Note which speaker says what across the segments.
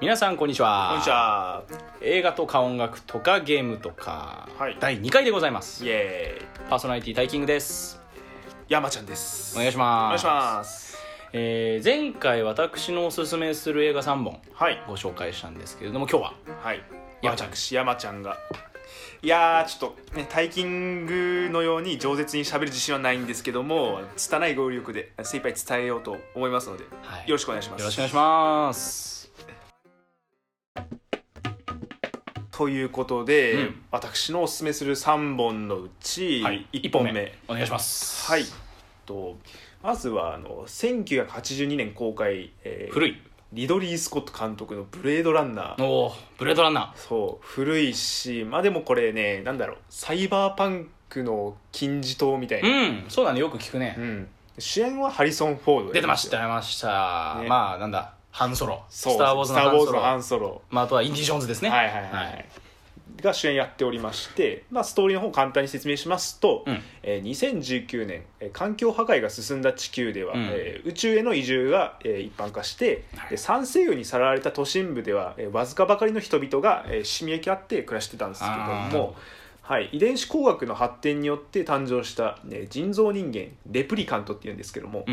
Speaker 1: 皆さんこんにちは
Speaker 2: こんにちは
Speaker 1: 映画とか音楽とかゲームとか、
Speaker 2: はい
Speaker 1: 第2回でございます
Speaker 2: イエーイ
Speaker 1: パーソナリティタイキングです
Speaker 2: 山ちゃんです
Speaker 1: お願いします
Speaker 2: お願いします
Speaker 1: えー前回私のおすすめする映画3本
Speaker 2: はい
Speaker 1: ご紹介したんですけれども今日は
Speaker 2: はい
Speaker 1: 山ちゃん
Speaker 2: 私山ちゃんがいやーちょっとねタイキングのように饒舌に喋る自信はないんですけども拙い語彙力で精一杯伝えようと思いますので、
Speaker 1: はい
Speaker 2: よろしくお願いします
Speaker 1: よろしくお願いします
Speaker 2: ということで、
Speaker 1: うん
Speaker 2: 私のおすすめする3本のうち1本目,、
Speaker 1: お願いします
Speaker 2: はいとまずはあの1982年公開、えー
Speaker 1: 古い
Speaker 2: リドリー・スコット監督の「ブレードランナー」
Speaker 1: おおブレードランナ
Speaker 2: そう古いしまあでもこれねなんだろうサイバーパンクの金字塔みた
Speaker 1: ー
Speaker 2: いな、
Speaker 1: うんそうだねよく聞くね、
Speaker 2: うん主演はハリソン・フォード
Speaker 1: 出てました
Speaker 2: よ
Speaker 1: 出てました、
Speaker 2: ね
Speaker 1: まあなんだハンソロ
Speaker 2: そう
Speaker 1: スター・ウォーズの
Speaker 2: スタ
Speaker 1: ハ
Speaker 2: ー・ウォ
Speaker 1: ンソ
Speaker 2: ーズ
Speaker 1: ロ
Speaker 2: のハンソロ
Speaker 1: まあ、あとはインディ・ジョーンズですね
Speaker 2: はいはいはい、
Speaker 1: はい
Speaker 2: が主演やっておりまして、まあ、ストーリーの方を簡単に説明しますと、
Speaker 1: うん
Speaker 2: えー2019年えー環境破壊が進んだ地球では、
Speaker 1: うん
Speaker 2: えー宇宙への移住が、えー一般化して、で酸性雨にさらわれた都心部では、えーわずかばかりの人々が、えー、ひしめき合って暮らしてたんですけど
Speaker 1: あー
Speaker 2: も。はい、遺伝子工学の発展によって誕生した、ね、人造人間レプリカントっていうんですけども、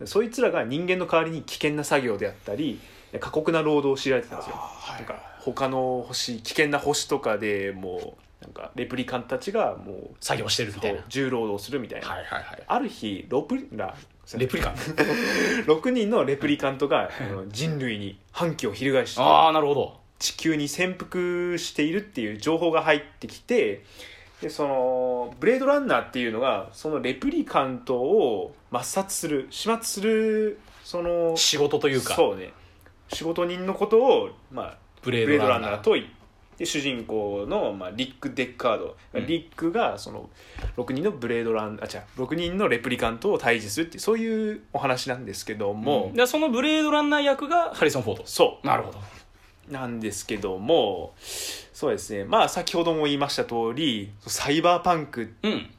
Speaker 1: うん
Speaker 2: そいつらが人間の代わりに危険な作業であったり過酷な労働を強いられてたんですよ、なんか他の星危険な星とかでもうなんかレプリカントたちがもう
Speaker 1: 作業してるみたいな
Speaker 2: そう重労働するみたいな、
Speaker 1: はいはいはい
Speaker 2: ある日ロプラ
Speaker 1: レプリカン
Speaker 2: 6人のレプリカントがあの人類に反旗を翻し て
Speaker 1: ああなるほど
Speaker 2: 地球に潜伏しているっていう情報が入ってきてでそのブレードランナーっていうのがそのレプリカントを抹殺する始末するその
Speaker 1: 仕事というか
Speaker 2: そうね仕事人のことを、まあ、
Speaker 1: ブ
Speaker 2: ブ
Speaker 1: レ
Speaker 2: レ
Speaker 1: ー
Speaker 2: ー
Speaker 1: ド
Speaker 2: ド
Speaker 1: ラ
Speaker 2: ラ
Speaker 1: ン
Speaker 2: ン
Speaker 1: ナ
Speaker 2: ナ
Speaker 1: ー
Speaker 2: ーといで主人公の、まあ、リック・デッカード、
Speaker 1: うん
Speaker 2: リックがその6人のブレードランあ違う6人のレプリカントを退治するっていうそういうお話なんですけども、
Speaker 1: でそのブレードランナー役がハリソン・フォード
Speaker 2: そう
Speaker 1: なるほど
Speaker 2: なんですけどもそうですねまあ先ほども言いました通りサイバーパンク
Speaker 1: うん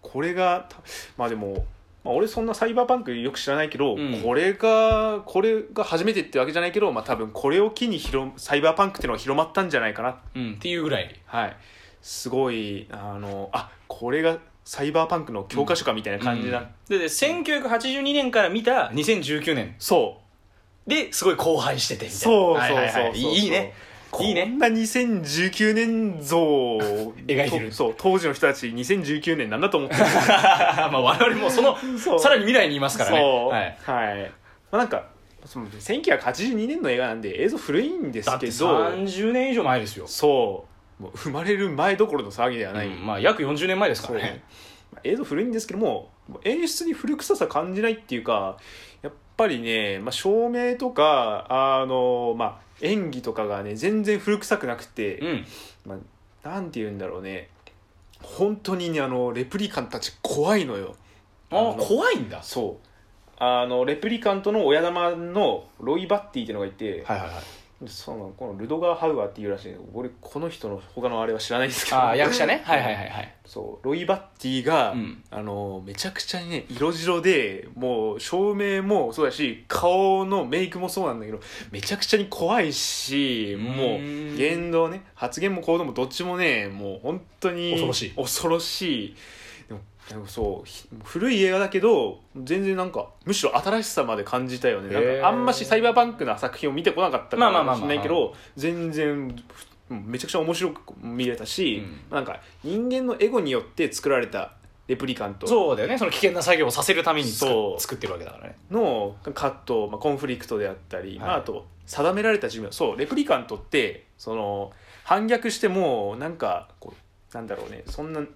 Speaker 2: これがたまあでも、まあ、俺そんなサイバーパンクよく知らないけど、
Speaker 1: うん
Speaker 2: これがこれが初めてってわけじゃないけどまあ多分これを機に広サイバーパンクっていうのが広まったんじゃないかな
Speaker 1: うんっていうぐらい
Speaker 2: はいすごいあのあこれがサイバーパンクの教科書かみたいな感じだ、
Speaker 1: でで1982年から見た2019年
Speaker 2: そう
Speaker 1: ですごい荒廃しててみたいな
Speaker 2: そうそう
Speaker 1: はいはいはい
Speaker 2: そうそう
Speaker 1: いい ねいいね
Speaker 2: こんな2019年像を
Speaker 1: 描いてる
Speaker 2: とそう当時の人たち2019年なんだと思ってる
Speaker 1: まあ我々もその
Speaker 2: そう
Speaker 1: さらに未来にいますからね
Speaker 2: そう
Speaker 1: はい、
Speaker 2: はいまあ、なんかその1982年の映画なんで映像古いんです
Speaker 1: だって
Speaker 2: けど
Speaker 1: 30年以上前ですよ、
Speaker 2: そうもう生まれる前どころの騒ぎではない、
Speaker 1: うんまあ約40年前ですか
Speaker 2: そう
Speaker 1: らね
Speaker 2: まあ映像古いんですけども演出に古臭さ感じないっていうかやっぱりね、まあ、照明とかあの、まあ、演技とかがね全然古臭くなくて、
Speaker 1: うん
Speaker 2: まあ、なんて言うんだろうね本当にねあのレプリカントたち怖いのよ
Speaker 1: あー怖いんだ
Speaker 2: そうあのレプリカントの親玉のロイ・バッティっていうのがいて、
Speaker 1: はいはいはい
Speaker 2: そのこのルドガー・ハウアーっていうらしい俺この人の他のあれは知らないんですけど
Speaker 1: ああ役者ねはいはいはいはい
Speaker 2: そうロイ・バッティが、
Speaker 1: うん
Speaker 2: あのめちゃくちゃね色白でもう照明もそうだし顔のメイクもそうなんだけどめちゃくちゃに怖いしもう
Speaker 1: ーん
Speaker 2: 言動ね発言も行動もどっちもねもう本当に
Speaker 1: 恐ろしい
Speaker 2: 恐ろしいでもでもそうひ古い映画だけど全然なんかむしろ新しさまで感じたよねなん
Speaker 1: へー
Speaker 2: かあんましサイバーパンクな作品を見てこなかったか
Speaker 1: まあ
Speaker 2: ら
Speaker 1: まあまあま
Speaker 2: もし
Speaker 1: あ
Speaker 2: れないけど全然うんめちゃくちゃ面白く見れたし、
Speaker 1: う
Speaker 2: なんか人間のエゴによって作られたレプリカント
Speaker 1: そうだよねその危険な作業をさせるために作
Speaker 2: そう
Speaker 1: 作ってるわけだからね
Speaker 2: の葛藤、まあ、コンフリクトであったり、
Speaker 1: い
Speaker 2: まあ、あと定められた寿命そうレプリカントってその反逆してもなんかこうなんだろうねそんななん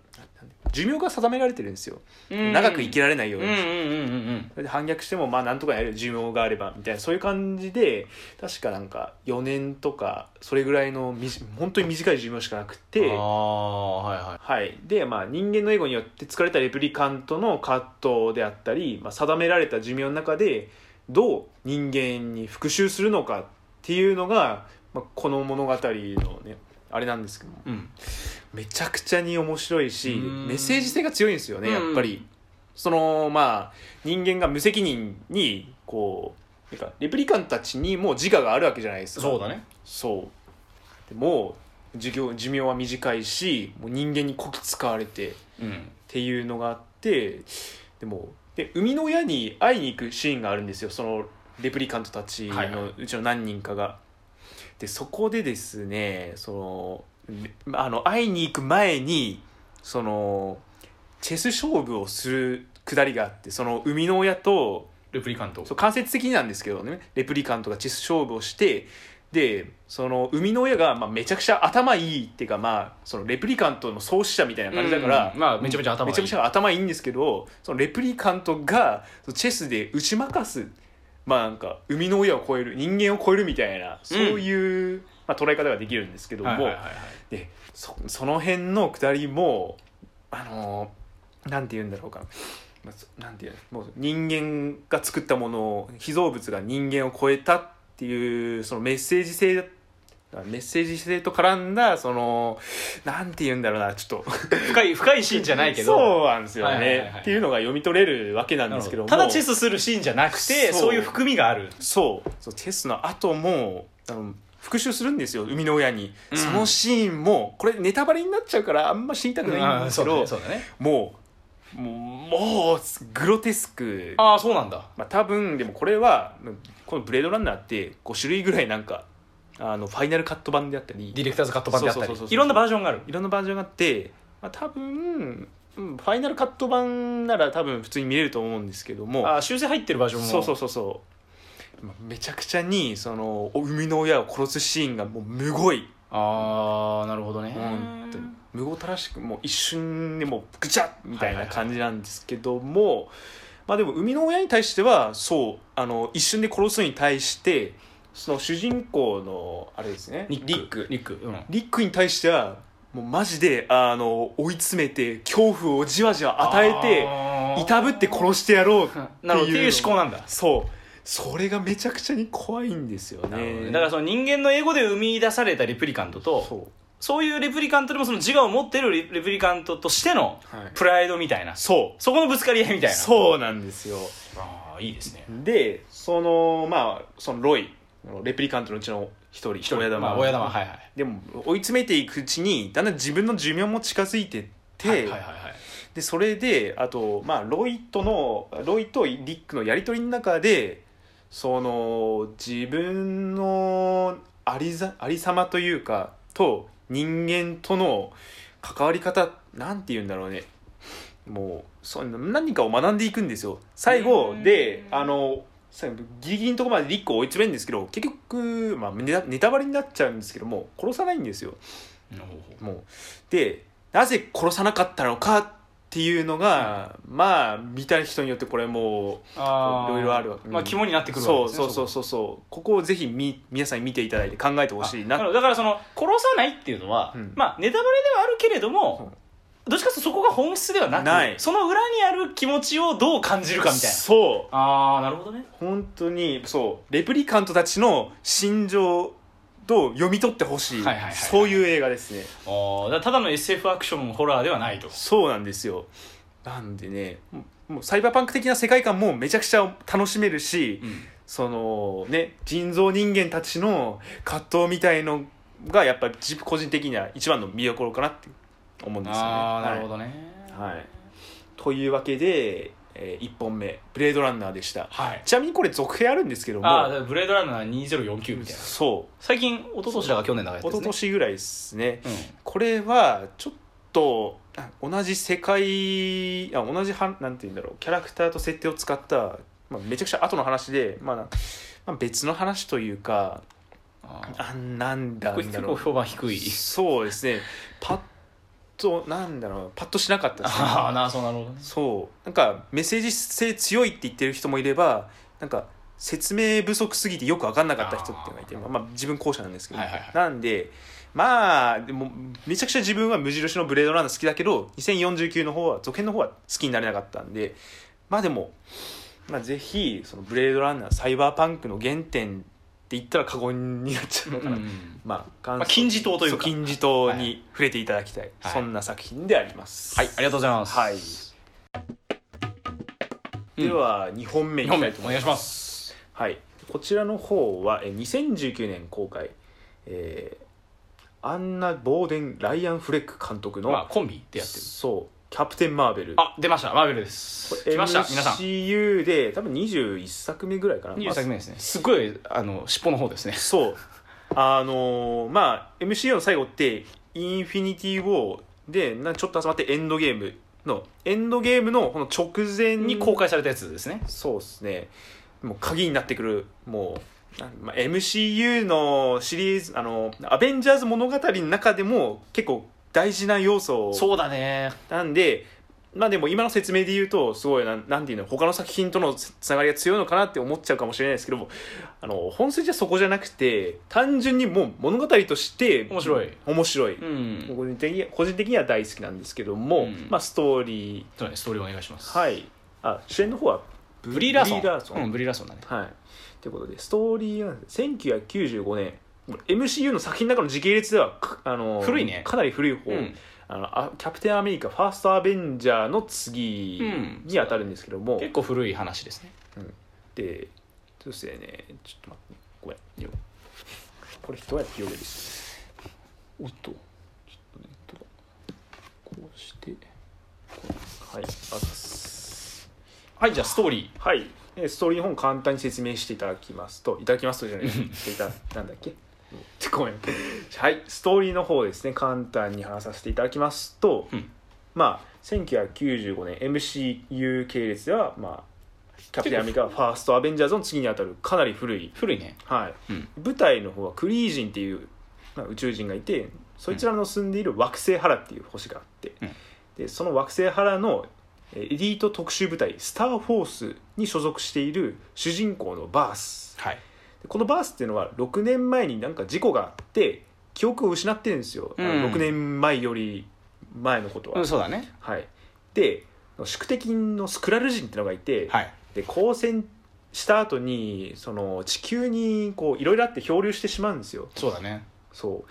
Speaker 2: 寿命が定められてるんですよ長く生き
Speaker 1: ら
Speaker 2: られないよ
Speaker 1: れ
Speaker 2: う
Speaker 1: うん
Speaker 2: に、
Speaker 1: うんうんうんうん
Speaker 2: それで反逆してもまあなんとかやれる寿命があればみたいなそういう感じで確かなんか4年とかそれぐらいのみじ本当に短い寿命しかなくて
Speaker 1: ああはいはい
Speaker 2: はい、で、まあ、人間のエゴによって作られたレプリカントの葛藤であったり、まあ、定められた寿命の中でどう人間に復讐するのかっていうのが、まあ、この物語のねあれなんですけども
Speaker 1: うん
Speaker 2: めちゃくちゃに面白いし
Speaker 1: うん
Speaker 2: メッセージ性が強いんですよねやっぱり、
Speaker 1: うん
Speaker 2: そのまあ人間が無責任にこうなんかレプリカンたちにもう自我があるわけじゃないですか
Speaker 1: そうだね
Speaker 2: そうでも寿命寿命は短いしもう人間にこき使われてっ
Speaker 1: うん
Speaker 2: ていうのがあってでもで生みの親に会いに行くシーンがあるんですよそのレプリカントたち
Speaker 1: はいは
Speaker 2: のうちの何人かが。でそこでですねそのレあの会いに行く前にそのチェス勝負をするくだりがあってその生みの親と
Speaker 1: レプリカント
Speaker 2: そう間接的になんですけどねレプリカントがチェス勝負をしてでその生みの親がまあめちゃくちゃ頭いいっていうかまあそのレプリカントの創始者みたいな感じだから、
Speaker 1: うんまあめちゃめちゃ頭がいい
Speaker 2: めちゃめちゃ頭いいんですけどそのレプリカントがそのチェスで打ち負かすまあなんか生みの親を超える人間を超えるみたいなそういう、まあ、捉え方ができるんですけども、
Speaker 1: はいはいはいはい
Speaker 2: でそその辺のくだりもあのーなんて言うんだろうかまあそなんて言うもう人間が作ったものを被造物が人間を超えたっていうそのメッセージ性メッセージ性と絡んだそのなんて言うんだろうなちょっと
Speaker 1: 深い深いシーンじゃないけど
Speaker 2: そうなんですよね、
Speaker 1: はいはいはいはい
Speaker 2: っていうのが読み取れるわけなん
Speaker 1: な
Speaker 2: で
Speaker 1: る
Speaker 2: す
Speaker 1: ほ
Speaker 2: けど
Speaker 1: ど
Speaker 2: も
Speaker 1: ただチェスするシーンじゃなくて
Speaker 2: そう
Speaker 1: そういう含みがある
Speaker 2: そうそうテスの後もあの復讐するんですよ生みの親に、
Speaker 1: うん
Speaker 2: そのシーンもこれネタバレになっちゃうからあんま知りたくないんですけど、
Speaker 1: そうだね
Speaker 2: もうもうもうグロテスク
Speaker 1: ああそうなんだ
Speaker 2: まあ、多分でもこれはこの「ブレードランナー」って5種類ぐらいなんかあのファイナルカット版であったり
Speaker 1: ディレクターズカット版であったり
Speaker 2: そうそうそうそう
Speaker 1: いろんなバージョンがある
Speaker 2: いろんなバージョンがあって、まあ、多分、うん、ファイナルカット版なら多分普通に見れると思うんですけども
Speaker 1: あー修正入ってるバージョンも
Speaker 2: そうそうそうそうまあめちゃくちゃにそのお生みの親を殺すシーンがもうむごい
Speaker 1: ああなるほどね
Speaker 2: 本当に無ごたらしくもう一瞬でもうぐちゃっみたいな感じなんですけども、まあでも生みの親に対してはそうあの一瞬で殺すのに対してその主人公のあれですね
Speaker 1: リックリックうん
Speaker 2: リックに対してはもうマジであの追い詰めて恐怖をじわじわ与えてい
Speaker 1: い
Speaker 2: たぶって殺してやろう
Speaker 1: なるほどっていう思考な
Speaker 2: な
Speaker 1: んだ
Speaker 2: そうそれがめちゃくちゃに怖いんですよ
Speaker 1: なるほど
Speaker 2: ね
Speaker 1: ねだからその人間の英語で生み出されたレプリカントと
Speaker 2: そう
Speaker 1: そういうレプリカントでもその自我を持ってるレレプリカントとしての
Speaker 2: はい
Speaker 1: プライドみたいな
Speaker 2: そう
Speaker 1: そこのぶつかり合いみたいな
Speaker 2: そうなんですよ
Speaker 1: ああいいですね
Speaker 2: でそのまあそのロイレプリカントのうちの一人親玉、
Speaker 1: まあ親玉はいはい
Speaker 2: でも追い詰めていくうちにだんだん自分の寿命も近づいてって、
Speaker 1: はいはいはいはい
Speaker 2: でそれであと、まあ、ロイとのロイとリックのやり取りの中でその自分のありざありさまというかと人間との関わり方なんて言うんだろうねもうそう何かを学んでいくんですよ最後
Speaker 1: うん
Speaker 2: であのさギリギリのところまでリックを追い詰めるんですけど結局、まあ、ネタネタバレになっちゃうんですけども殺さないんですよもうでなぜ殺さなかったのかっていうのが、まあ見た人によってこれも
Speaker 1: あ
Speaker 2: いろいろあるわけ
Speaker 1: まあ肝になってくるわけで
Speaker 2: そう
Speaker 1: すね
Speaker 2: そうそうそうそうここをぜひみ皆さんに見ていただいて考えてほしい
Speaker 1: あな
Speaker 2: な
Speaker 1: るほどだからその殺さないっていうのは、
Speaker 2: うん
Speaker 1: まあネタバレではあるけれども、どっちかというとそこが本質ではなく
Speaker 2: ない
Speaker 1: その裏にある気持ちをどう感じるかみたいな
Speaker 2: そう
Speaker 1: ああなるほどね
Speaker 2: 本当にそうレプリカントたちの心情と読み取ってほしい,、
Speaker 1: はいはいはいはい
Speaker 2: そういう映画ですね
Speaker 1: あーだからただの SF アクションホラーではないと
Speaker 2: そうなんですよなんでねもうもうサイバーパンク的な世界観もめちゃくちゃ楽しめるし、そのね人造人間たちの葛藤みたいのがやっぱり自個人的には一番の見どころかなって思うんですよね。
Speaker 1: ああなるほ
Speaker 2: ど
Speaker 1: どね
Speaker 2: はい、というわけで、え1本目「ブレードランナー」でした
Speaker 1: はい
Speaker 2: ちなみにこれ続編あるんですけども
Speaker 1: ああブレードランナー2049みたいな
Speaker 2: そ
Speaker 1: 最近一昨年だか去年だかや
Speaker 2: う
Speaker 1: った
Speaker 2: 一
Speaker 1: やつ
Speaker 2: 昨
Speaker 1: ね
Speaker 2: 年ぐらいですね
Speaker 1: うん
Speaker 2: これはちょっとあ同じ世界あ同じはなんて言うんだろうキャラクターと設定を使った、まあ、めちゃくちゃ後の話で、まあなまあ、別の話というか
Speaker 1: あー
Speaker 2: あなんだ
Speaker 1: これ
Speaker 2: なんだ
Speaker 1: 結
Speaker 2: ろ
Speaker 1: 構
Speaker 2: う
Speaker 1: 評判低い
Speaker 2: そうですねパッとなんだろうパッとしなかったですね
Speaker 1: ああなそうなるほどね
Speaker 2: そうなんかメッセージ性強いって言ってる人もいればなんか説明不足すぎてよく分かんなかった人っていうのがいて
Speaker 1: あー
Speaker 2: まあまあ、自分後者なんですけど、
Speaker 1: はいはいはい
Speaker 2: なんでまあでもめちゃくちゃ自分は無印のブレードランナー好きだけど2049の方は続編の方は好きになれなかったんでまあでも、まあ、ぜひそのブレードランナーサイバーパンクの原点って言ったら過言になっちゃうのかな、
Speaker 1: うん
Speaker 2: まあ、感
Speaker 1: まあ金字塔というか
Speaker 2: そ金字塔に触れていただきたい、
Speaker 1: はい
Speaker 2: そんな作品であります
Speaker 1: はいありがとうございます
Speaker 2: はい
Speaker 1: うん
Speaker 2: では2本目
Speaker 1: 二
Speaker 2: い
Speaker 1: 本
Speaker 2: き
Speaker 1: 目
Speaker 2: た
Speaker 1: お
Speaker 2: いと思い
Speaker 1: 願い
Speaker 2: ます
Speaker 1: します
Speaker 2: はいこちらの方はえー2019年公開、えーアンナ・ボーデン・ライアン・フレック監督の、
Speaker 1: まあコンビでやってる
Speaker 2: そう「キャプテン・マーベル」
Speaker 1: あ出ましたマーベルです来ました皆さん
Speaker 2: CU で多分21作目ぐらいかな
Speaker 1: 20作目ですねすごいあの尻尾の方ですね
Speaker 2: そうあのーまあ MCU の最後ってインフィニティ・ウォーでなちょっと集まってエンドゲームのエンドゲームのこの直前に
Speaker 1: に
Speaker 2: 公
Speaker 1: 公
Speaker 2: 開
Speaker 1: 開されたやつですね
Speaker 2: そうですねもう鍵になってくるもうなんまあ MCU のシリーズあの「アベンジャーズ物語」の中でも結構大事な要素
Speaker 1: そうだね
Speaker 2: なんでまあでも今の説明で言うとすごいなんなんていうの他の作品とのつつながりが強いのかなって思っちゃうかもしれないですけどもあの本筋はそこじゃなくて単純にもう物語として
Speaker 1: 面白い
Speaker 2: 面白い、
Speaker 1: うん
Speaker 2: 個人的に個人的には大好きなんですけど
Speaker 1: う
Speaker 2: も、
Speaker 1: ん
Speaker 2: まあストーリー
Speaker 1: そうだねストーリーお願いします
Speaker 2: はいあ主演の方は
Speaker 1: ブリーラーソン
Speaker 2: ブリーラーソン
Speaker 1: うんブリーラーソンだね
Speaker 2: はい。ということで、ストーリーは1995年、MCU の作品の中の時系列ではか、あの
Speaker 1: 古いね
Speaker 2: かなり古い方、
Speaker 1: うん
Speaker 2: あのあキャプテンアメリカ、ファーストアベンジャーの次
Speaker 1: うん
Speaker 2: に当たるんですけども、
Speaker 1: 結構古い話ですね
Speaker 2: で、そうですね、ちょっと待って、ごめん。
Speaker 1: いいよ
Speaker 2: これ、どうやって広げるしおっと、ちょっとね、どうだこうして、こうはい、あざっす
Speaker 1: はいじゃあストーリ
Speaker 2: はい、えーストーリーの本簡単に説明していただきますといただきますとじゃないしていたなんだっけ ごめんはいストーリーの方ですね簡単に話させていただきますと、
Speaker 1: うん
Speaker 2: まあ1995年 MCU 系列ではまあキャプテンアメリカファーストアベンジャーズの次に当たるかなり古い
Speaker 1: ー、古いね
Speaker 2: はい
Speaker 1: うん
Speaker 2: 舞台の方はクリー人っていう、まあ、宇宙人がいてそいつらの住んでいる惑星ハラっていう星があって、
Speaker 1: うん
Speaker 2: でその惑星ハラのえーエリート特殊部隊スターフォースに所属している主人公のバース
Speaker 1: はい
Speaker 2: でこのバースっていうのは6年前になんか事故があって記憶を失ってるんですよ、あの
Speaker 1: うん
Speaker 2: 6年前より前のことは、
Speaker 1: うんそうだね
Speaker 2: はいで宿敵のスクラル人ってのがいて、
Speaker 1: はい
Speaker 2: で光線した後にその地球にこういろいろあって漂流してしまうんですよ
Speaker 1: そうだね
Speaker 2: そう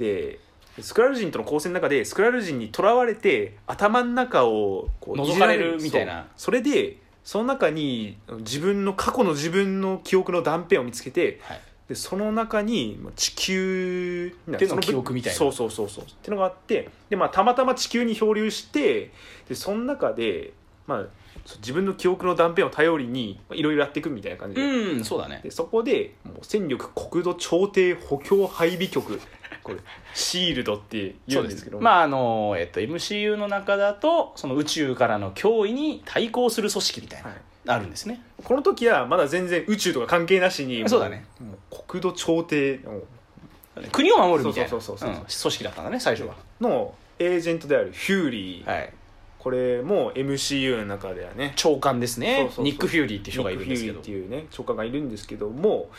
Speaker 2: でスクラル人との光線の中でスクラル人にとらわれて頭の中をこ
Speaker 1: 覗かれる
Speaker 2: じら
Speaker 1: みたいな
Speaker 2: そうそれでその中に自分の過去の自分の記憶の断片を見つけて
Speaker 1: はい
Speaker 2: でその中にまあ地球
Speaker 1: 手の
Speaker 2: そぶ
Speaker 1: 記憶みたいな
Speaker 2: そうそうそうそうってのがあってで、まあ、たまたま地球に漂流してでその中で、まあ、そう自分の記憶の断片を頼りにまあいろいろやっていくみたいな感じで,、
Speaker 1: うんそうだね
Speaker 2: でそこでもう戦力国土調停補強配備局これシールドって言うんですけど
Speaker 1: まああのえっと MCU の中だとその宇宙からの脅威に対抗する組織みたいな、
Speaker 2: はい
Speaker 1: あるんですね
Speaker 2: この時はまだ全然宇宙とか関係なしに
Speaker 1: そうだね
Speaker 2: もう国土調停の
Speaker 1: 国を守るみたいな
Speaker 2: そううんそう
Speaker 1: 組
Speaker 2: そうそう
Speaker 1: 織だったんだね最初は
Speaker 2: のエージェントであるヒューリー、
Speaker 1: はい
Speaker 2: これも MCU の中ではね
Speaker 1: 長官ですね
Speaker 2: そうそうそう
Speaker 1: ニック・フューリーっていう人がいるんですけ
Speaker 2: ニ
Speaker 1: ど
Speaker 2: ックフューリーっていうね長官がいるんですけども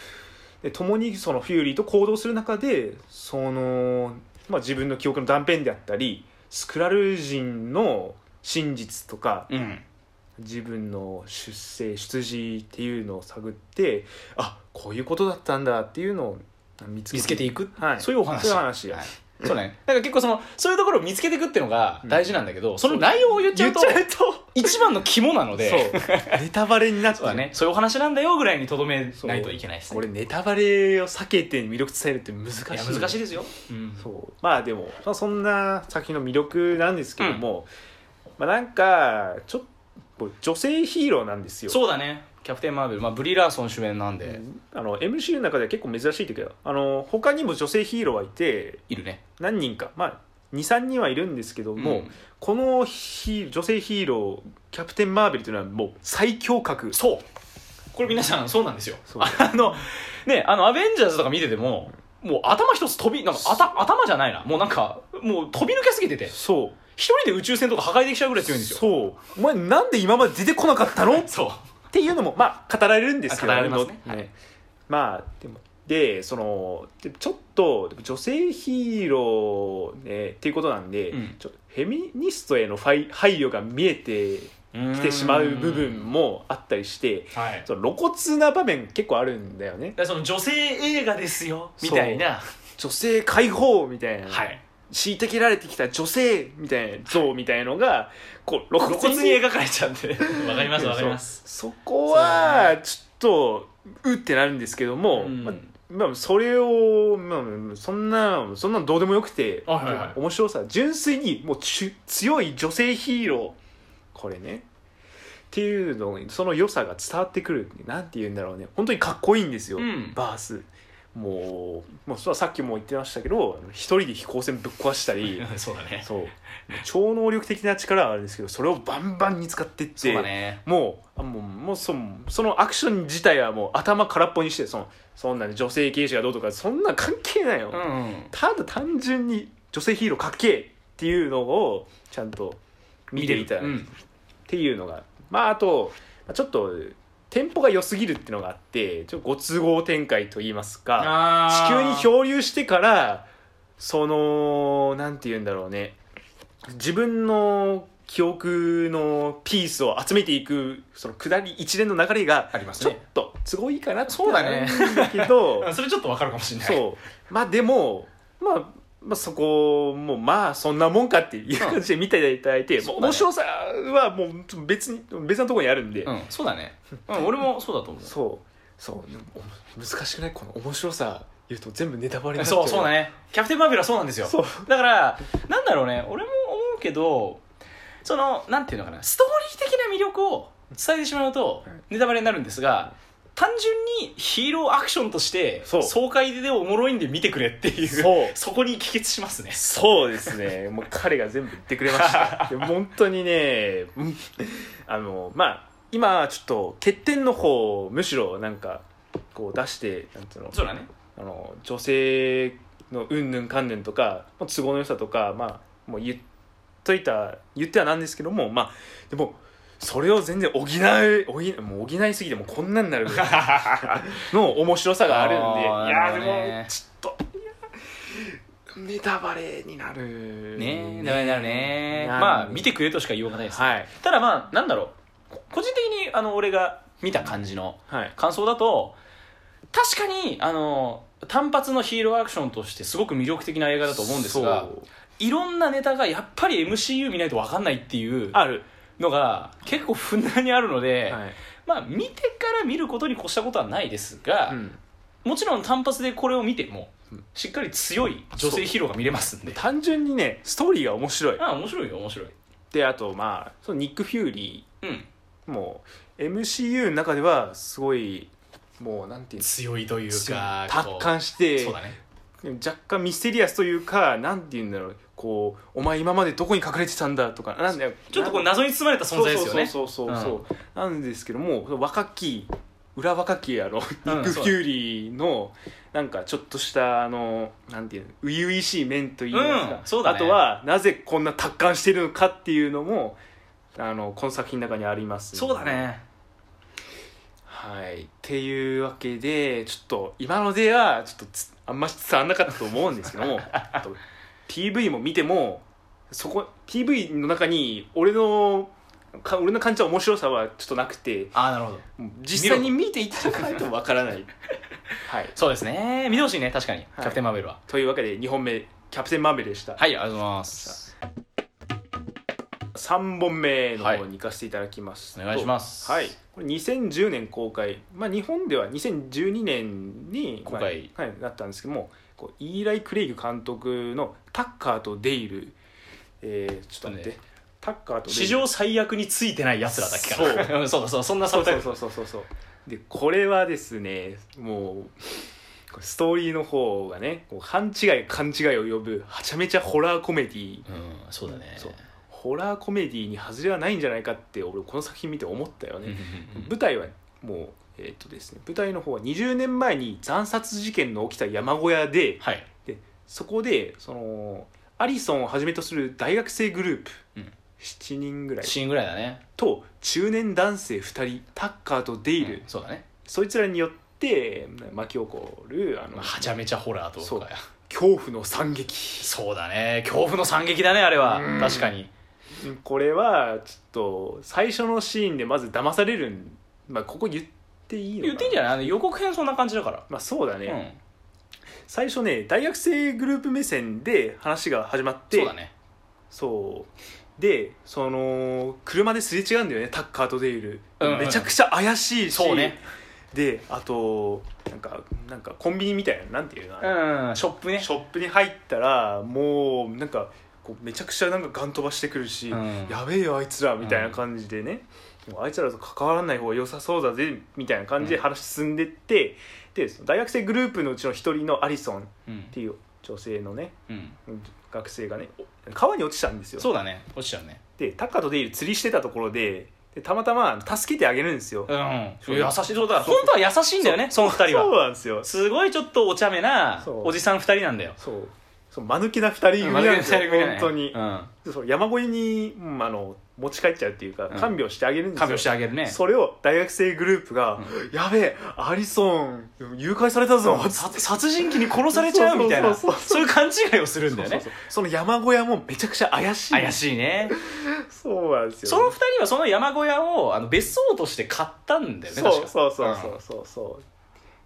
Speaker 2: で共にそのフューリーと行動する中でその、まあ、自分の記憶の断片であったりスクラル人の真実とか
Speaker 1: うん
Speaker 2: 自分の出生出自っていうのを探ってあこういうことだったんだっていうのを見つけ
Speaker 1: 見つけていく、
Speaker 2: はい
Speaker 1: そういうお話
Speaker 2: そういう話
Speaker 1: はいそうねだから結構そのそういうところを見つけていくっていうのが大事なんだけど、その内容を言っちゃう
Speaker 2: 言っ
Speaker 1: と
Speaker 2: ちゃうと
Speaker 1: 一番の肝なので
Speaker 2: そうネタバレになっち
Speaker 1: そう
Speaker 2: ゃ
Speaker 1: だ
Speaker 2: う
Speaker 1: ねそういうお話なんだよぐらいにとどめ
Speaker 2: そう
Speaker 1: ないといけないですね
Speaker 2: これネタバレを避けて魅力伝えるって難しい
Speaker 1: いや難しいですよ、うん
Speaker 2: そうまあでも、まあ、そんな作品の魅力なんですけども、まあ、なんかちょっと女性ヒーローなんですよ
Speaker 1: そうだねキャプテン・マーベル、まあ、ブリー・ラーソン主演なんで、
Speaker 2: あの MCU の中では結構珍しいというけどあの他にも女性ヒーローはいて
Speaker 1: いるね
Speaker 2: 何人かまあ23人はいるんですけども、
Speaker 1: うん
Speaker 2: このヒー女性ヒーローキャプテン・マーベルというのはもう最強格
Speaker 1: そうこれ皆さんそうなんですよ
Speaker 2: そう
Speaker 1: あのねあのアベンジャーズとか見ててももう頭一つ飛びなんかあた頭じゃないなもうなんかもう飛び抜けすぎてて
Speaker 2: そう
Speaker 1: 一人で宇宙船とか破壊できちゃうぐ らい強いんですよ
Speaker 2: そうお前なんで今まで出てこなかったのっ
Speaker 1: そう
Speaker 2: ていうのもまあ語られるんですけど
Speaker 1: あ語られますねはい
Speaker 2: まあでもでそのでちょっとでも女性ヒーロー、ね、っていうことなんで、
Speaker 1: うん
Speaker 2: ちょっとフェミニストへの配配慮が見えてきてしまう部分もあったりして
Speaker 1: はい
Speaker 2: その露骨な場面結構あるんだよね
Speaker 1: その女性映画ですよみたいな
Speaker 2: 女性解放みたいな、
Speaker 1: はい
Speaker 2: 虐げられてきた女性みたいな像みたいのがこう露
Speaker 1: 露
Speaker 2: 骨
Speaker 1: 骨に
Speaker 2: に
Speaker 1: 描かれちゃってわかりますわかります
Speaker 2: そうそこはちょっとうってなるんですけども、
Speaker 1: うん
Speaker 2: まあまあ、それを、まあ、そんなそんなのどうでもよくて、
Speaker 1: はいはいはい
Speaker 2: 面白さ純粋にもうちゅ強い女性ヒーローこれねっていうのにその良さが伝わってくるなんて言うんだろうね本当にかっこいいんですよ、
Speaker 1: うん
Speaker 2: バースもうもうそれはさっきも言ってましたけど一人で飛行船ぶっ壊し たり
Speaker 1: そうだね
Speaker 2: そう超能力的な力はあるんですけどそれをバンバンに使ってって
Speaker 1: そうだね
Speaker 2: もうあもうもうそそのアクション自体はもう頭空っぽにしてそのそんな、ね、女性経営者がどうとかそんなん関係ないよ、
Speaker 1: うんうん
Speaker 2: ただ単純に女性ヒーローかっけえっていうのをちゃんと見てみたい、
Speaker 1: うん
Speaker 2: っ、ていうのがまああとまあちょっとテンポが良すぎるっていうのがあってちょっとご都合展開といいますか
Speaker 1: あ
Speaker 2: 地
Speaker 1: ー
Speaker 2: 球に漂流してからそのなんて言うんだろうね自分の記憶のピースを集めていくその下り一連の流れが
Speaker 1: あります
Speaker 2: ちょっ
Speaker 1: ね
Speaker 2: と都合いいかなって
Speaker 1: そうだね
Speaker 2: なるんだけ ど
Speaker 1: あそれちょっとわかるかもしれない
Speaker 2: そうまあでもまあまあ、そこもまあそんなもんかっていう感じで見ていただいて、
Speaker 1: そうだね
Speaker 2: 面白さはもう別に別のところにあるんで、
Speaker 1: うん、そうだね、うん、俺もそうだと思う
Speaker 2: そうそう難しくないこの面白さ言うと全部ネタバレになっちゃ
Speaker 1: そうそうだねキャプテンマーベルはそうなんですよ
Speaker 2: そう
Speaker 1: だからなんだろうね俺も思うけどそのなんていうのかなストーリー的な魅力を伝えてしまうと
Speaker 2: うん
Speaker 1: ネタバレになるんですが単純にヒーローアクションとして
Speaker 2: そう
Speaker 1: 爽快でおもろいんで見てくれっていう
Speaker 2: そう
Speaker 1: こに帰結しますね
Speaker 2: そうですねもう彼が全部言ってくれました で本当にねうんあのまあ今ちょっと欠点の方をむしろなんかこう出してなんていうの
Speaker 1: そうだね
Speaker 2: あの女性のうんぬん関連とかまあ都合の良さとか、まあ、もう言っといた言ってはなんですけども、まあ、でもそれを全然補う補いもう補いすぎてもうこんなになるぐらい の面白さがある
Speaker 1: あーなる
Speaker 2: ん
Speaker 1: ほ
Speaker 2: で
Speaker 1: ど
Speaker 2: いや
Speaker 1: ね
Speaker 2: ーでもちょっといやネタバレになる
Speaker 1: ねえだめだよね
Speaker 2: なんで
Speaker 1: まあ見てくれとしか言いようがないです、
Speaker 2: はい
Speaker 1: ただまあなんだろうこ個人的にあの俺が見た感じの
Speaker 2: はい
Speaker 1: 感想だと確かにあの単発のヒーローアクションとしてすごく魅力的な映画だと思うんですが
Speaker 2: そう
Speaker 1: いろんなネタがやっぱり MCU 見ないと分かんないっていう
Speaker 2: ある、
Speaker 1: のが結構ふんだんにあるので、
Speaker 2: はい
Speaker 1: まあ見てから見ることに越したことはないですが、
Speaker 2: うん
Speaker 1: もちろん単発でこれを見ても
Speaker 2: うん
Speaker 1: しっかり強い女性ヒーローが見れますんで
Speaker 2: 単純にねストーリーが面白い
Speaker 1: ああ面白いよ面白い
Speaker 2: であとまあそのニック・フューリー
Speaker 1: うん
Speaker 2: もう MCU の中ではすごいもうなんていうんです
Speaker 1: 強いという
Speaker 2: か
Speaker 1: か
Speaker 2: 達観して
Speaker 1: そうだね
Speaker 2: 若干ミステリアスというかなんていうんだろうこうお前今までどこに隠れてたんだとかなんだよ
Speaker 1: ちょっとこう謎に包まれた存在ですよね
Speaker 2: そうそうそうそうそう、なんですけども若き裏若きあ のニック・
Speaker 1: そ
Speaker 2: フ
Speaker 1: うだ
Speaker 2: ューリーのなんかちょっとしたあのなんていうの初々しい面といいますか、
Speaker 1: うんそうだね
Speaker 2: あとはなぜこんな達観してるのかっていうのもあのこの作品の中にあります
Speaker 1: そうだね
Speaker 2: はい、っていうわけでちょっと今のではちょっとつあんま伝わんなかったと思うんです けどもあと PV も見てもそこ PV の中に俺のか俺の感じた面白さはちょっとなくて
Speaker 1: ああなるほど
Speaker 2: 実際に見ていただかないと わからないはい
Speaker 1: そうですね見てほしいね確かに、キャプテンマーベルは
Speaker 2: というわけで2本目キャプテンマーベルでした、
Speaker 1: はいありがとうございます
Speaker 2: 3本目の方に行かせていただきますと、
Speaker 1: はいお願いします
Speaker 2: はいこれ2010年公開、まあ、日本では2012年に
Speaker 1: 公開
Speaker 2: まあはい、なったんですけどもこうイーライ・クレイグ監督の「タッカーとデイル」えーちょっと待って、
Speaker 1: ね
Speaker 2: タッカーとデイル
Speaker 1: 史上最悪についてないやつらだっけかな そうだそうだそんなサ
Speaker 2: そ
Speaker 1: ブ
Speaker 2: う
Speaker 1: タイ
Speaker 2: そ
Speaker 1: ト
Speaker 2: う
Speaker 1: ル
Speaker 2: そうそうそうそうでこれはですねもうこれストーリーの方がねこう勘違い勘違いを呼ぶはちゃめちゃホラーコメディー
Speaker 1: うんそうだね
Speaker 2: そうホラーコメディーに外れはないんじゃないかって俺この作品見て思ったよ
Speaker 1: うん
Speaker 2: ね、
Speaker 1: うんうん
Speaker 2: 舞台はもうえーっとですね舞台の方は20年前に惨殺事件の起きた山小屋で
Speaker 1: はい
Speaker 2: そこでそのアリソンをはじめとする大学生グループ、
Speaker 1: うん
Speaker 2: 7人ぐらい
Speaker 1: シーンぐらいだね
Speaker 2: と中年男性2人タッカーとデイ
Speaker 1: う
Speaker 2: ル、
Speaker 1: んそうだね
Speaker 2: そいつらによって巻き起こるあの、
Speaker 1: まあはちゃめちゃホラーと
Speaker 2: そう
Speaker 1: か
Speaker 2: 恐怖の惨劇
Speaker 1: そうだね恐怖の惨劇だねあれは
Speaker 2: うん
Speaker 1: 確かに
Speaker 2: これはちょっと最初のシーンでまず騙されるん、まあ、ここ言っていいのかな
Speaker 1: 言ってんじゃないあの予告編そんな感じだから
Speaker 2: まあそうだね、
Speaker 1: うん
Speaker 2: 最初ね大学生グループ目線で話が始まって
Speaker 1: そうだね
Speaker 2: そうでその車ですれ違うんだよねタッカーとデイル、
Speaker 1: うんうん
Speaker 2: めちゃくちゃ怪しいし
Speaker 1: そうね
Speaker 2: であとなんかなんかコンビニみたいななんていうの、
Speaker 1: うんショップね
Speaker 2: ショップに入ったらもうなんかこうめちゃくちゃなんかガン飛ばしてくるし、
Speaker 1: うん
Speaker 2: やべえよあいつらみたいな感じでね、でもあいつらと関わらない方が良さそうだぜみたいな感じで話進んでって、でその大学生グループのうちの一人のアリソンっ
Speaker 1: うん
Speaker 2: ていう女性のね
Speaker 1: うん
Speaker 2: 学生がねお川に落ちたんですよ
Speaker 1: そうだね落ちちゃうね
Speaker 2: でタカとデイル釣りしてたところででたまたま助けてあげるんですよ、
Speaker 1: うん
Speaker 2: そう
Speaker 1: 優しいそうだ
Speaker 2: そう
Speaker 1: 本当は優しいんだよねその二人
Speaker 2: そう
Speaker 1: は
Speaker 2: なんですよ
Speaker 1: すごいちょっとお茶目な
Speaker 2: そう
Speaker 1: おじさん二人なんだよ
Speaker 2: そうそう間抜けな二人組なんですよ
Speaker 1: 真面目な二
Speaker 2: 本当に
Speaker 1: 人組、だね
Speaker 2: でそう山小屋に、うんあの持ち帰っちゃうっていうか
Speaker 1: うん
Speaker 2: 看病してあげるん
Speaker 1: う
Speaker 2: で
Speaker 1: ん
Speaker 2: すよ、
Speaker 1: 看病してあげるね
Speaker 2: それを大学生グループが「やべえアリソン誘拐されたぞ」つって
Speaker 1: 殺殺人鬼に殺されちゃうみたいな
Speaker 2: そうそうそうそう
Speaker 1: そういう勘違いをするんだよ
Speaker 2: そう
Speaker 1: ね
Speaker 2: そうその山小屋もめちゃくちゃ怪しい
Speaker 1: 怪しいね
Speaker 2: そうなんですよ
Speaker 1: その二人はその山小屋をあの別荘として買ったんだよね確
Speaker 2: そう
Speaker 1: か
Speaker 2: そうそうそうそうそう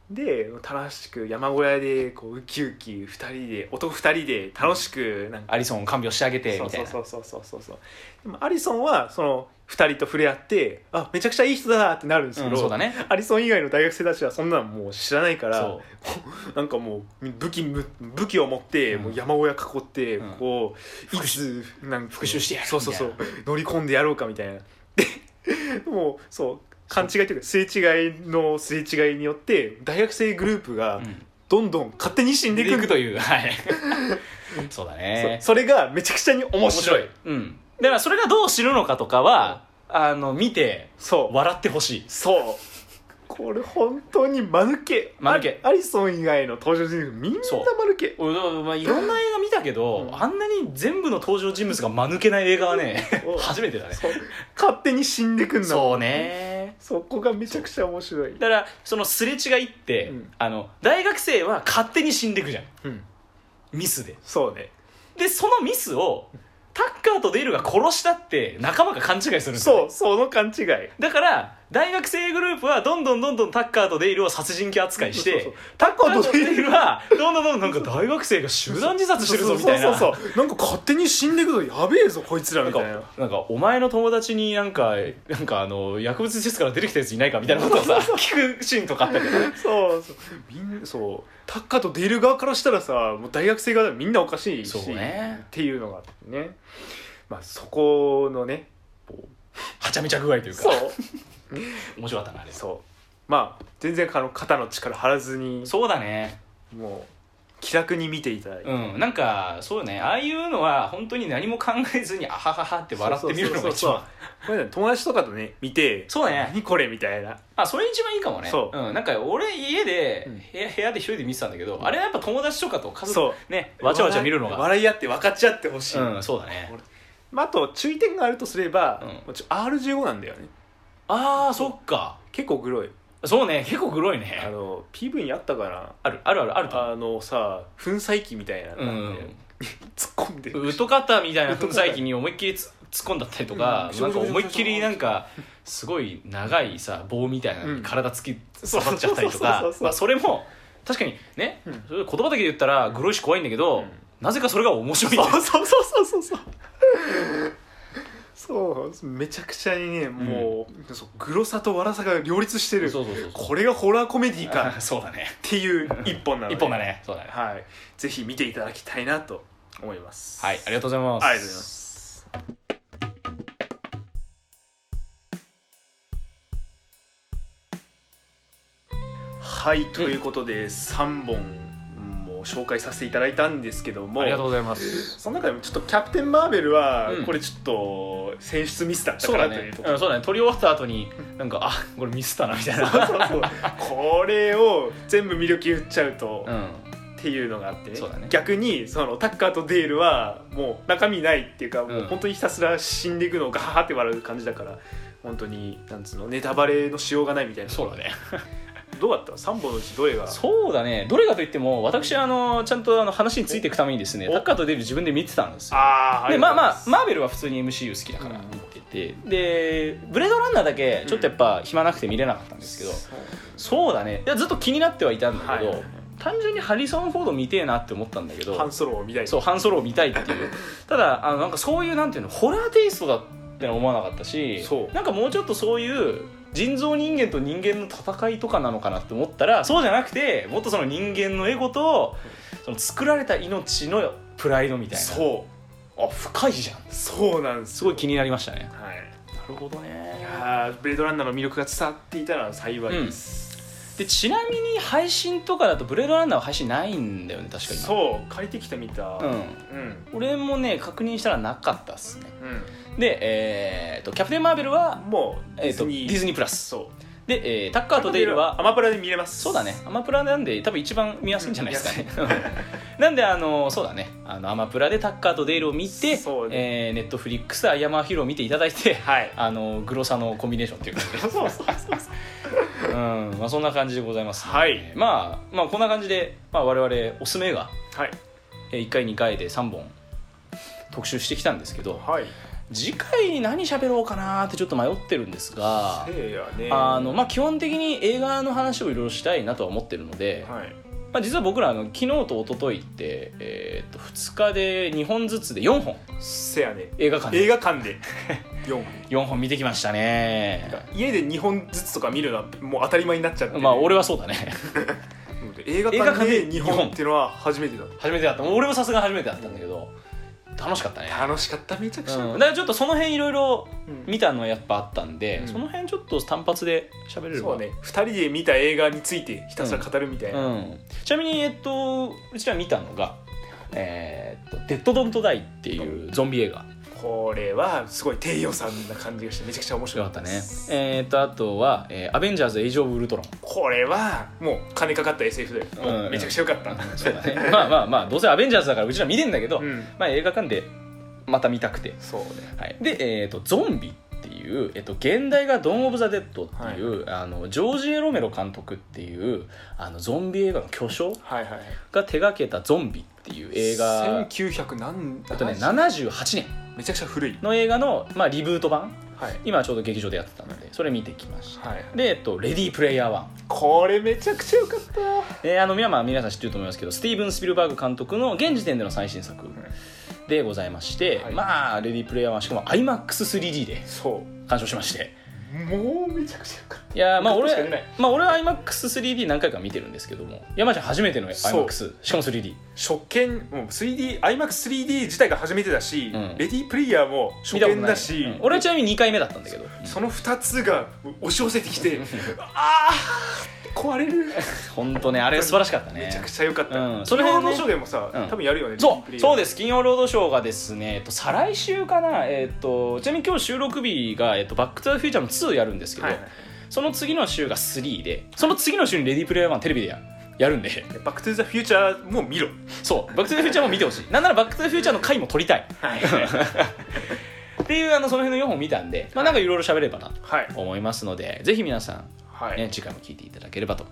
Speaker 2: で楽しく山小屋でこうウキウキ二人で男二人で楽しくなんか
Speaker 1: アリソンを看病してあげてみたいな
Speaker 2: そうそうそうそうそうそうでもアリソンはその二人と触れ合ってあめちゃくちゃいい人だなってなるんですけど、
Speaker 1: うんそうだね
Speaker 2: アリソン以外の大学生たちはそんなのもう知らないから
Speaker 1: そ
Speaker 2: なんかもう武器む武器を持って
Speaker 1: うん
Speaker 2: もう山小屋囲って
Speaker 1: うん
Speaker 2: こう、いつなんか
Speaker 1: 復讐してやる
Speaker 2: そうそうそう
Speaker 1: み
Speaker 2: 乗り込んでやろうかみたいな でもうそう勘違いというかすれ違いのすれ違いによって大学生グループ
Speaker 1: う
Speaker 2: が
Speaker 1: うん
Speaker 2: どんどん勝手に死んでい
Speaker 1: でい
Speaker 2: く
Speaker 1: くという はいそうだ
Speaker 2: そう
Speaker 1: ね
Speaker 2: それがめちゃくちゃに面白い
Speaker 1: うんだからそれがどう死ぬのかとかはあの見て
Speaker 2: そう
Speaker 1: 笑ってほしい
Speaker 2: そうこれ本当に間抜け
Speaker 1: 間抜け
Speaker 2: アリアリソン以外の登場人物みんな
Speaker 1: そう
Speaker 2: 間抜け
Speaker 1: 俺だからまあ、いろんな映画見たけど、
Speaker 2: うん
Speaker 1: あんなに全部の登場人物が間抜けない映画はね
Speaker 2: そ う
Speaker 1: 初めてだね
Speaker 2: そう勝手に死んでくんだ
Speaker 1: そうね
Speaker 2: そこがめちゃくちゃ面白い
Speaker 1: だからそのすれ違いって、
Speaker 2: うん
Speaker 1: あの大学生は勝手に死んでくじゃん
Speaker 2: うん
Speaker 1: ミスで
Speaker 2: そうね
Speaker 1: でそのミスをタッカーとデイルが殺したって仲間が勘違いするんだよね
Speaker 2: そうその勘違い
Speaker 1: だから大学生グループはどんどんどんどんタッカーとデイルを殺人鬼扱いして
Speaker 2: そうそうそう
Speaker 1: タッカーとデイルはどんどんどんどんなんか大学生が集団自殺してるぞみたいな
Speaker 2: そうそうそうそうなんか勝手に死んでくぞやべえぞこいつら
Speaker 1: なん
Speaker 2: み
Speaker 1: か
Speaker 2: たいな
Speaker 1: なんかお前の友達になんかなんかあの薬物施設から出てきたやついないかみたいなことを さ聞くシーンとかあったけど
Speaker 2: そうそうみんなそうタッカーとデイル側からしたらさもう大学生側でみんなおかしいし
Speaker 1: そうね
Speaker 2: っていうのがあってねまあそこのねこう
Speaker 1: はちゃめちゃ具合というか
Speaker 2: そう
Speaker 1: 面白かったなあれ
Speaker 2: そうまあ全然あの肩の力張らずに
Speaker 1: そうだね
Speaker 2: もう気楽に見ていただいて、
Speaker 1: うんなんかそうねああいうのは本当に何も考えずにあはははって笑ってみるのが一
Speaker 2: そうそうそう
Speaker 1: 番
Speaker 2: そうこれね友達とかとね見て
Speaker 1: そうね
Speaker 2: 何これみたいな
Speaker 1: あそれ一番いいかもね
Speaker 2: そう、
Speaker 1: ん、なんか俺家で
Speaker 2: うん
Speaker 1: 部屋部屋で一人で見てたんだけど、あれはやっぱ友達とかと家族
Speaker 2: そ
Speaker 1: ねわちゃわちゃ見るのが
Speaker 2: 笑い合って分かっちゃってほしい、
Speaker 1: うんそうだね
Speaker 2: まあ、あと注意点があるとすれば、
Speaker 1: うん
Speaker 2: もうちょ R15 なんだよね
Speaker 1: ああそっか
Speaker 2: 結構グロい
Speaker 1: そうね結構グロい
Speaker 2: あ
Speaker 1: ね
Speaker 2: の PV にあったかな
Speaker 1: あるあるあるあると思う
Speaker 2: あのさ粉砕機みたいなの
Speaker 1: う
Speaker 2: があって
Speaker 1: ん
Speaker 2: 突っ込んで
Speaker 1: ウトカタみたいな粉砕機に思いっきりつ突っ込んだったりとか、
Speaker 2: うん
Speaker 1: なんか思いっきりなんかすごい長いさ棒みたいなのに体つき刺さっちゃったりと
Speaker 2: そ
Speaker 1: か
Speaker 2: うそうそうそう
Speaker 1: まあそれも確かにね、
Speaker 2: うん
Speaker 1: それ言葉だけで言ったらグロいし怖いんだけど、
Speaker 2: うん
Speaker 1: なぜかそれが面白いんだよ
Speaker 2: そうそうそうそうそうそうそうめちゃくちゃにねもう、そうグロさと悪さが両立してる
Speaker 1: そうそうそうそう
Speaker 2: これがホラーコメディかっ
Speaker 1: そうだね
Speaker 2: ていう一本なので
Speaker 1: 一本だねそうだね
Speaker 2: はいぜひ見ていただきたいなと思います
Speaker 1: はいありがとうございます
Speaker 2: ありがとうございますはいということで3本も紹介させていただいたんですけども
Speaker 1: ありがとうございます
Speaker 2: その中でもちょっと「キャプテン・マーベル」は
Speaker 1: うん
Speaker 2: これちょっと選出ミスだった
Speaker 1: そう
Speaker 2: かな
Speaker 1: だ
Speaker 2: とい
Speaker 1: ね
Speaker 2: うとこ
Speaker 1: うんそうだね撮り終わった後になんかあこれミスったなみたいな
Speaker 2: そうそうこれを全部魅力言っちゃうと
Speaker 1: うん
Speaker 2: っていうのがあってね
Speaker 1: そうだね
Speaker 2: 逆にそのタッカーとデールはもう中身ないっていうか、もううん本当にひたすら死んでいくのをガハハって笑う感じだから本当になんつうのネタバレのしようがないみたいな
Speaker 1: そうだね
Speaker 2: どうだった3本のうちどれが
Speaker 1: そうだねどれかといっても私あのちゃんとあの話についていくためにですね
Speaker 2: お
Speaker 1: タッカーとデビル自分で見てたんですよ
Speaker 2: あー
Speaker 1: でまあまあ
Speaker 2: あ
Speaker 1: マーベルは普通に MCU 好きだから
Speaker 2: うん
Speaker 1: 見てて、でブレードランナーだけちょっとやっぱ暇なくて見れなかったんですけど、そうだねいやずっと気になってはいたんだけど、
Speaker 2: はい
Speaker 1: 単純にハリソン・フォード見てえなって思ったんだけど
Speaker 2: ハンソロを見たい
Speaker 1: そうハンソロを見たいって いうただあのなんかそういうなんていうのホラーテイストだってのは思わなかったし
Speaker 2: そう
Speaker 1: なんかもうちょっとそういう人造人間と人間の戦いとかなのかなって思ったらそうじゃなくてもっとその人間のエゴとその作られた命のプライドみたいな
Speaker 2: そ
Speaker 1: あ深いじゃん
Speaker 2: うそうなんです
Speaker 1: すごい気になりましたね
Speaker 2: はい
Speaker 1: なるほど
Speaker 2: い
Speaker 1: ね
Speaker 2: やーブレードランナーの魅力が伝わっていたら幸いです、
Speaker 1: でちなみに配信とかだとブレードランナーは配信ないんだよね確かに
Speaker 2: そう借りてきたみた
Speaker 1: う
Speaker 2: い
Speaker 1: ん
Speaker 2: うん
Speaker 1: 俺もね確認したらなかったっすね
Speaker 2: うん、
Speaker 1: でえー、とキャプテン・マーベルは、
Speaker 2: もう
Speaker 1: えー、とディズニープラス
Speaker 2: そう
Speaker 1: で、えータッカーとデイルは
Speaker 2: アマプラで見れます
Speaker 1: そうだねアマプラなんで多分一番見やすいんじゃないですかね なんであのそうだねあのアマプラでタッカーとデイルを見て、
Speaker 2: そう
Speaker 1: えネットフリックスアイアマーヒーローを見ていただいて
Speaker 2: はい
Speaker 1: あのグロさのコンビネーションっていうか、
Speaker 2: そうそうそう
Speaker 1: うんまあ、そんな感じでございます、
Speaker 2: はい
Speaker 1: まあまあこんな感じで、まあ、我々おすすめ映画
Speaker 2: はい
Speaker 1: えー1回2回で3本特集してきたんですけど
Speaker 2: はい
Speaker 1: 次回に何喋ろうかなーってちょっと迷ってるんですが
Speaker 2: せいやね
Speaker 1: あのまあ基本的に映画の話をいろいろしたいなとは思ってるので、
Speaker 2: はい
Speaker 1: まあ、実は僕らあの昨日と一昨日って、えー、と2日で2本ずつで4本
Speaker 2: せやね
Speaker 1: 映画館
Speaker 2: 映
Speaker 1: で
Speaker 2: 画館 で4
Speaker 1: 4本見てきましたね
Speaker 2: 家で2本ずつとか見るのはもう当たり前になっちゃって
Speaker 1: まあ俺はそうだね
Speaker 2: 映画
Speaker 1: 映画館
Speaker 2: 館
Speaker 1: で
Speaker 2: で
Speaker 1: 二
Speaker 2: 2
Speaker 1: 本
Speaker 2: 本っていうのは初めてだっ
Speaker 1: 初めてだった俺はさすがに初めてだったんだけど楽しかったね、
Speaker 2: た楽しかっためちゃくちゃ、
Speaker 1: うん、だからちょっとその辺いろいろ
Speaker 2: うん
Speaker 1: 見たのやっぱあったんで、
Speaker 2: うん
Speaker 1: その辺ちょっと単発で喋れれば
Speaker 2: そうね2人で見た映画についてひたすら語るみたいな、
Speaker 1: うん、ちなみに、えっと、うちら見たのが「えーっとデッド・ドント・ダイ」っていうゾンビ映画
Speaker 2: これはすごい低予算な感じがしてめちゃくちゃ面白
Speaker 1: よ
Speaker 2: か
Speaker 1: か
Speaker 2: っ
Speaker 1: ったたね
Speaker 2: です
Speaker 1: えーっとあとは、えーアベンジャーズ・エイジ・オブ・ウルトラ
Speaker 2: これはもう金かかった SF だよ、もう
Speaker 1: うん
Speaker 2: めちゃくちゃ良かった、
Speaker 1: マン」 そうだね まあまあまあどうせアベンジャーズだからうちら見てんだけど、
Speaker 2: うん
Speaker 1: まあ、映画館でまた見たくて、
Speaker 2: そうね
Speaker 1: はい、で、えーっと「ゾンビ」っていう、えっと、現代が「ドン・オブ・ザ・デッド」っていう、あのジョージ・エロメロ監督っていうあのゾンビ映画の巨匠
Speaker 2: はいはい
Speaker 1: が手がけた「ゾンビ」っていう映画
Speaker 2: 1900何
Speaker 1: あとね78年
Speaker 2: めちゃくちゃ古い
Speaker 1: の映画の、まあ、リブート版
Speaker 2: はい
Speaker 1: 今ちょうど劇場でやってたのでそれ見てきました
Speaker 2: はい
Speaker 1: で、えっと、レディープレイヤー1、
Speaker 2: これめちゃくちゃ良かった
Speaker 1: えーあの皆まあ皆さん知ってると思いますけどスティーブン・スピルバーグ監督の現時点での最新作でございまして、
Speaker 2: はい
Speaker 1: まあレディープレイヤー1しかも iMAX3D で
Speaker 2: そ
Speaker 1: 鑑賞しまして
Speaker 2: うもうめちゃくちゃ良かっ
Speaker 1: いやーまあ俺
Speaker 2: 確かにね
Speaker 1: まあ俺は iMAX3D 何回か見てるんですけども山ちゃん初めての
Speaker 2: そう
Speaker 1: iMAX しかも 3D
Speaker 2: た初見もう 3DiMAX3D 自体が初めてだし、
Speaker 1: うん
Speaker 2: レディープレイヤーも初
Speaker 1: 見たこと
Speaker 2: 見
Speaker 1: ない
Speaker 2: だし、
Speaker 1: うん俺はちなみに2回目だったんだけど、
Speaker 2: その2つが押し寄せてきてああ壊れる
Speaker 1: 本当ねあれ素晴らしかったね
Speaker 2: めちゃくちゃ良かった、
Speaker 1: うんそ
Speaker 2: そ
Speaker 1: れ
Speaker 2: れ
Speaker 1: ね
Speaker 2: のショーでもさ、
Speaker 1: うん
Speaker 2: 多分やるよね
Speaker 1: そうそうですす金曜ロードショーがですね、えっと、再来週かな、えっと、ちなみに今日収録日が、えっと「バック・トゥ・ザ・フューチャー」の2やるんですけど、
Speaker 2: はいはい
Speaker 1: その次の週が3でその次の週に「レディープレイヤー1」テレビでややるんで
Speaker 2: バック・トゥ・ザ・フューチャーも見ろ
Speaker 1: そう「バック・トゥ・ザ・フューチャー」も見てほしいなんなら「バック・トゥ・ザ・フューチャー」の回も撮りたい
Speaker 2: はい
Speaker 1: っていうあのその辺の4本見たんで、まあ、なんかいろいろ喋ればなと
Speaker 2: はい
Speaker 1: 思いますのでぜひ皆さん
Speaker 2: はい、
Speaker 1: ね、次回も聞いていただければと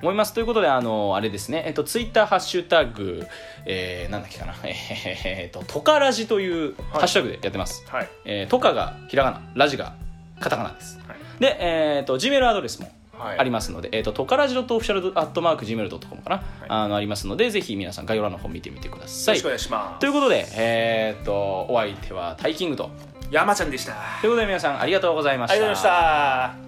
Speaker 1: 思います。ということで、あの、あれですね、えっと、ツイッター、ハッシュタグ、えー、なんだっけかな、 えー、と、トカラジというハッシュタグでやってます。
Speaker 2: はい
Speaker 1: えー、トカがひらがな、ラジがカタカナです。
Speaker 2: はい
Speaker 1: で、えっ、と、Gmail アドレスも。
Speaker 2: はい
Speaker 1: ありますので、えっとトカラジドットオフィシャルアットマーク Gmail.com かな、あのありますのでぜひ皆さん概要欄の方見てみてくだ
Speaker 2: よ
Speaker 1: さ
Speaker 2: ろ
Speaker 1: い
Speaker 2: しくお願いします、
Speaker 1: ということで、えっとお相手はタイキングと
Speaker 2: 山ちゃんでした
Speaker 1: ということで皆さんありがとうございました
Speaker 2: ありがとうございました